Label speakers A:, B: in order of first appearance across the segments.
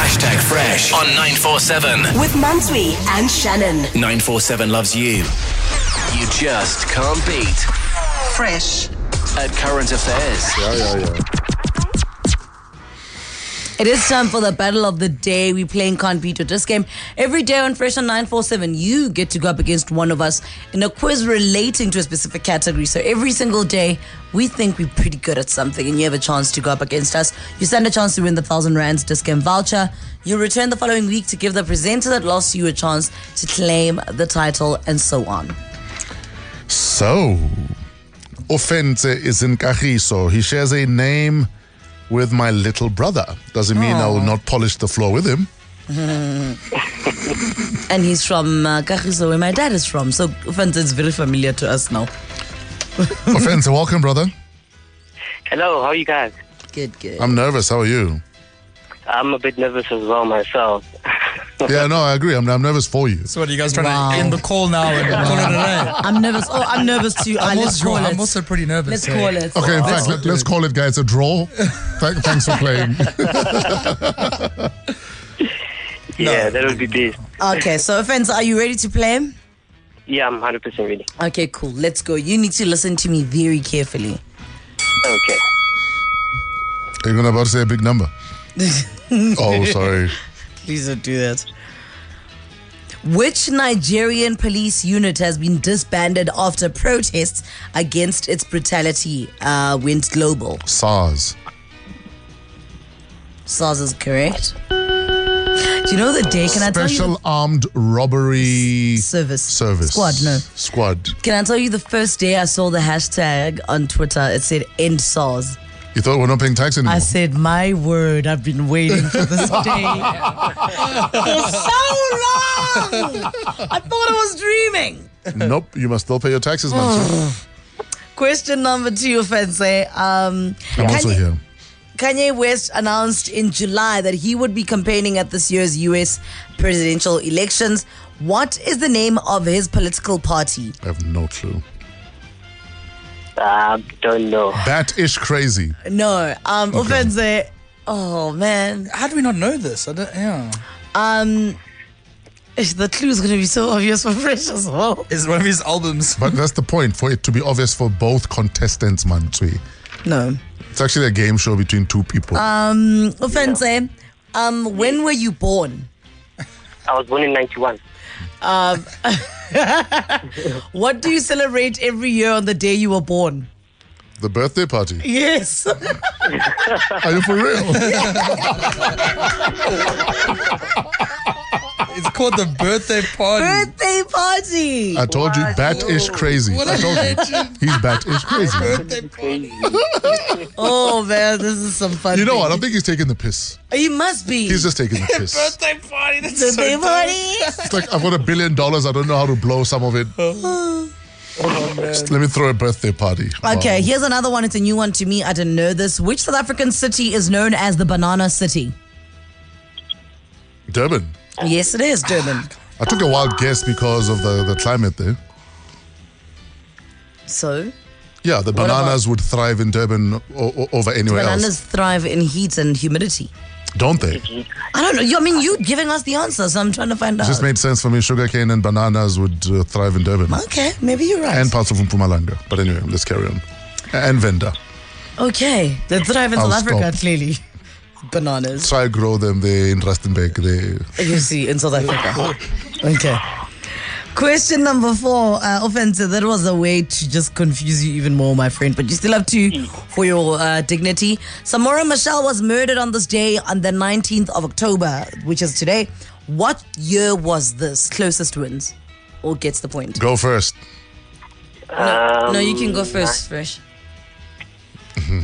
A: Hashtag Fresh on 947.
B: With Mansui and Shannon.
A: 947 loves you. You just can't beat
B: Fresh.
A: at current affairs.
C: Yeah, yeah, yeah.
D: It is time for the battle of the day. We're playing Can't Beat Your Disc game. Every day on Fresh on 947, you get to go up against one of us in a quiz relating to a specific category. So every single day, we think we're pretty good at something and you have a chance to go up against us. You stand a chance to win the 1,000 Rands disc game voucher. You return the following week to give the presenter that lost you a chance to claim the title and so on.
C: So, Offense is in Kagiso. He shares a name with my little brother. Doesn't mean I will not polish the floor with him.
D: And he's from uh, Kagiso, where my dad is from. So Fanta is very familiar to us now.
C: Offense, welcome, brother.
E: Hello, how are you guys?
D: Good, good.
C: I'm nervous. How are you?
E: I'm a bit nervous as well myself.
C: Yeah, no, I agree. I'm, I'm nervous for you.
F: So what are you guys trying
D: Wow.
F: to end the call now and call it a day?
D: I'm nervous. Oh, I'm nervous too. Ah,
F: I'm,
D: let's
F: also,
D: call
F: I'm
D: it.
F: also pretty nervous.
D: let's
F: so-
D: call it.
C: Okay, in fact, let, us call it, guys, a draw. Th- thanks for playing.
E: Yeah, that would be best.
D: Okay, so offense, are you ready to play?
E: Yeah, I'm 100% ready.
D: Okay, cool. Let's go. You need to listen to me very carefully.
E: Okay.
C: You're going to about to say a big number. oh, sorry.
D: Please don't do that. Which Nigerian police unit has been disbanded after protests against its brutality uh, went global?
C: SARS.
D: SARS is correct. Do you know the day? Can I tell you?
C: Special Armed Robbery
D: Service.
C: Service.
D: Squad, no.
C: Squad.
D: Can I tell you the first day I saw the hashtag on Twitter? It said end SARS.
C: You thought we're not paying tax anymore?
D: I said, My word, I've been waiting for this day for so long. I thought I was dreaming.
C: nope, you must still pay your taxes,
D: Oh.
C: Mansoor.
D: Question number two, Fense. Um,
C: I'm also
D: Kanye,
C: here.
D: Kanye West announced in July that he would be campaigning at this year's US presidential elections. What is the name of his political party?
C: I have no clue.
E: I don't know.
C: Bat ish crazy.
D: No, um, Fense. Oh, man.
F: How do we not know this? I don't, yeah.
D: Um, the clue is going to be so obvious for Fresh as well.
F: It's one of his albums.
C: But that's the point for it to be obvious for both contestants, Mansui.
D: No.
C: It's actually a game show between two people.
F: Uh,
D: Offense, um, when were you born?
E: I was born in 91.
D: What do you celebrate every year on the day you were born?
C: the birthday party.
D: Yes.
C: Are you for real?
F: It's called the birthday party.
D: Birthday party.
C: I told you, bat ish crazy.
F: What
C: I
F: a
C: told you.
F: legend.
C: He's bat ish crazy.
F: Birthday party.
D: oh, man, this is some fun.
C: You know what? I think he's taking the piss.
D: He must be.
C: He's just taking the piss.
F: birthday party. That's so
D: Birthday
F: dumb.
D: party.
C: It's like, I've got a billion dollars. I don't know how to blow some of it. Just let me throw a birthday party. Wow.
D: Okay, here's another one. It's a new one to me. I didn't know this. Which South African city is known as the Banana City?
C: Durban.
D: Yes, it is Durban.
C: I took a wild guess because of the, the climate there.
D: So,
C: Yeah, the bananas would thrive in Durban o- o- over anywhere
D: bananas thrive in heat and humidity.
C: else, don't they?
D: I don't know. You, I mean, you giving us the answer, so I'm trying to find
C: It just
D: out.
C: made sense for me. Sugarcane and bananas would uh, thrive in Durban
D: okay, maybe you're right.
C: and parts of Mpumalanga. But anyway, let's carry on. A- And Venda.
D: Okay, they thrive in
C: I'll
D: South Africa,
C: stop.
D: clearly. Bananas.
C: Try grow them there in Rustenburg. They
D: You see, in South Africa. Okay. Question number four, uh, offensive. That was a way to just confuse you even more, my friend. But you still have to for your uh, dignity. Samora Michelle was murdered on this day on the 19th of October, which is today. What year was this? Closest wins or gets the point.
C: go first.
E: Um,
D: no, you can go first, Fresh. you,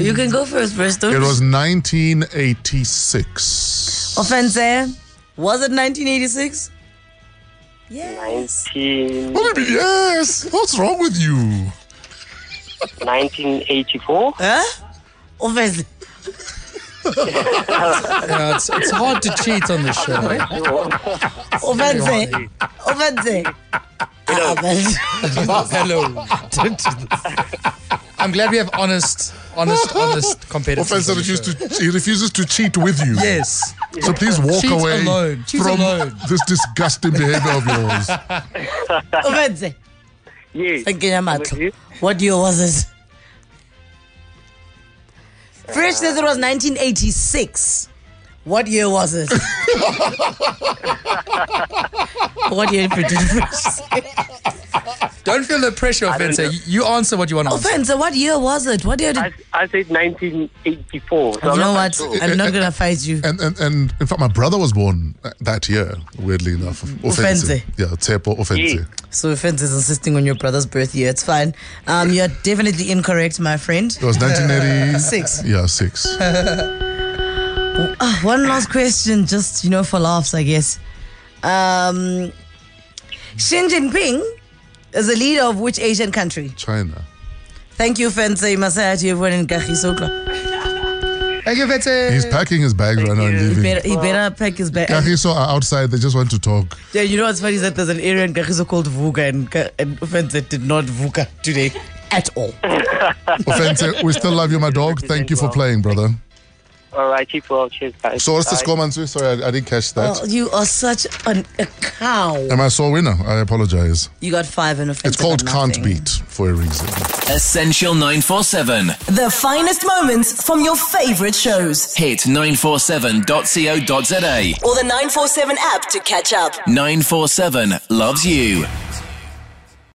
D: you can go first, Fresh. Don't
C: It was 1986.
D: Offense, eh? Was it 1986? Yes.
E: 19,
C: What do you mean, Yes. What's wrong with you?
E: 1984.
D: Huh? Offense.
F: Yeah, it's, it's hard to cheat on this show. eh?
D: Offense. eh? Offense. Ah, man.
F: Hello.
C: I
F: I'm glad we have honest, honest, honest competitors.
C: Offense that
F: on the
C: refuse
F: show.
C: to, he refuses to cheat with you.
F: Yes.
C: So please walk
F: Cheat
C: away
F: alone. Cheat
C: from
F: alone.
C: this disgusting behavior of yours.
D: Offense. eh?
E: Yes.
D: Again, I'm out. What year was it? Fresh says it was 1986. What year was it? what year did Fresh say?
F: Don't feel the pressure,
E: don't
F: Offense.
E: know.
F: You you answer what you want to answer.
D: Offense, eh? what year was it? What year did.
E: I, I said 1984. So
D: you
E: I'm
D: know
E: not
D: what?
E: sure.
D: I'm not going to fight you.
C: And, and and in fact, my brother was born tha- that year. Weirdly enough, offensive.
D: Offense.
C: Yeah, Tepo offensive.
D: So, offense is insisting on your brother's birth year. It's fine. Um, you're definitely incorrect, my friend.
C: It was 1986.
D: Six.
C: Yeah, six.
D: One last question, just you know, for laughs, I guess. Um, Xi Jinping is the leader of which Asian country?
C: China.
D: Thank you, Fense. You must say hi to everyone in Kagiso Club.
F: Thank you,
C: He's
F: Offense.
C: packing his bags right now and
D: He
C: leaving.
D: better, he better pack his bag.
C: Mm. Kagiso are outside. They just want to talk.
D: Yeah, you know what's funny is that there's an area in Kagiso called Vuka, and, Ka- and Fense did not Vuka today at all.
C: Offense, we still love you, my dog. Thank you for playing, brother.
E: All right, keep well. Cheers, guys.
C: So what's the
E: Bye.
C: score, Mansu? Sorry, I, I didn't catch that.
D: Oh, you are such an, a cow.
C: Am I a sore winner? I apologize.
D: You got five in offense.
C: It's called Can't Beat for a reason.
A: Essential 947.
B: The finest moments from your favorite shows.
A: Hit 947.co.za.
B: Or the 947 app to catch up.
A: 947 loves you.